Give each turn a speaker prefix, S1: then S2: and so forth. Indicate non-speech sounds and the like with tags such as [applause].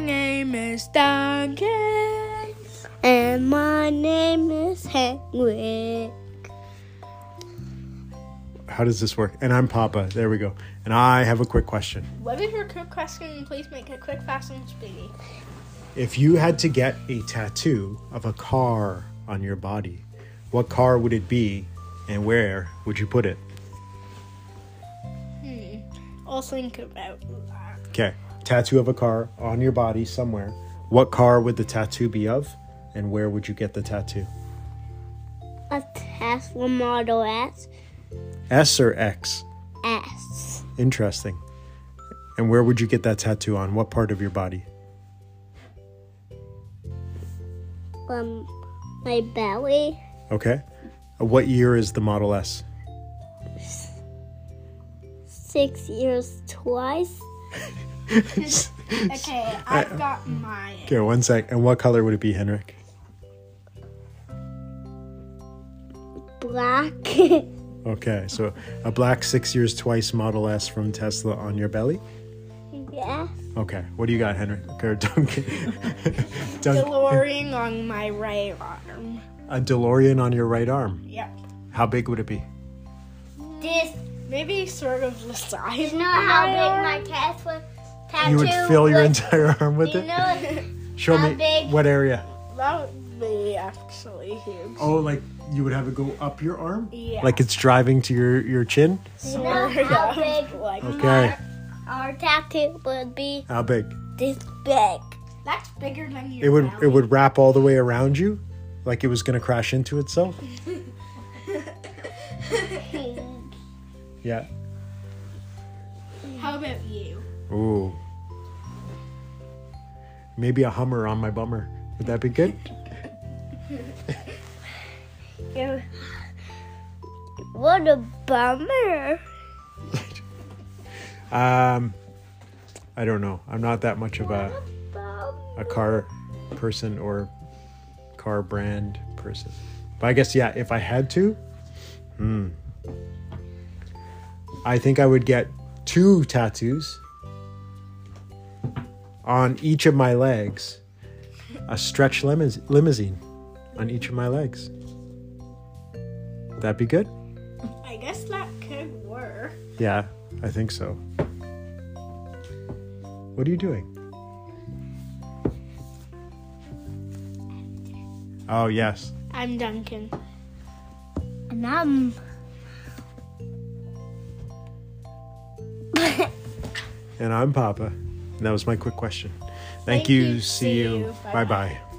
S1: name is Duncan.
S2: And my name is Henry.
S3: How does this work? And I'm Papa. There we go. And I have a quick question.
S1: What is your quick question? Please make it quick, fast, and speedy.
S3: If you had to get a tattoo of a car on your body, what car would it be and where would you put it?
S1: I'll think about that.
S3: Okay. Tattoo of a car on your body somewhere. What car would the tattoo be of and where would you get the tattoo?
S2: A Tesla Model S.
S3: S or X?
S2: S.
S3: Interesting. And where would you get that tattoo on? What part of your body?
S2: Um, my belly.
S3: Okay. Uh, What year is the Model S?
S2: Six years twice.
S1: Okay, I've got mine.
S3: Okay, one sec. And what color would it be, Henrik?
S2: Black. [laughs]
S3: Okay, so a black six years twice Model S from Tesla on your belly.
S2: yes.
S3: Okay, what do you got, Henrik? [laughs] Or Duncan? Dun-
S1: DeLorean on my right arm.
S3: a DeLorean on your right arm.
S1: Yep.
S3: How big would it be?
S2: This
S1: Maybe sort of the size.
S2: You know how big my Tesla tattoo
S3: You would fill your
S2: was?
S3: entire arm with
S2: You
S3: it?
S2: know,
S3: Show
S2: how
S3: me
S2: big?
S3: what area.
S1: That would be actually huge.
S3: Oh, like you would have it go up your arm?
S1: Yeah.
S3: Like it's driving to your, your chin?
S2: you know how [laughs] big
S1: like
S3: Okay.
S2: our tattoo would be
S3: How big?
S2: this big.
S1: that's bigger than your
S3: It would
S1: mouth.
S3: it would wrap all the way around you? Like it was gonna crash into itself? Yeah.
S1: How about you?
S3: Ooh. Maybe a Hummer on my bummer. Would that be good?
S2: [laughs] What a bummer.
S3: Um, I don't know. I'm not that much of a,
S2: Bummer.
S3: a car person or car brand person. But I guess, yeah, if I had to, hmm, I think I would get two tattoos on each of my legs, a stretch limous- limousine on each of my legs. That'd be good?
S1: I guess that could work.
S3: Yeah, I think so. What are you doing? Oh, yes.
S1: I'm Duncan.
S2: And I'm.
S3: And I'm Papa. And that was my quick question. Thank, you. See you. Bye bye.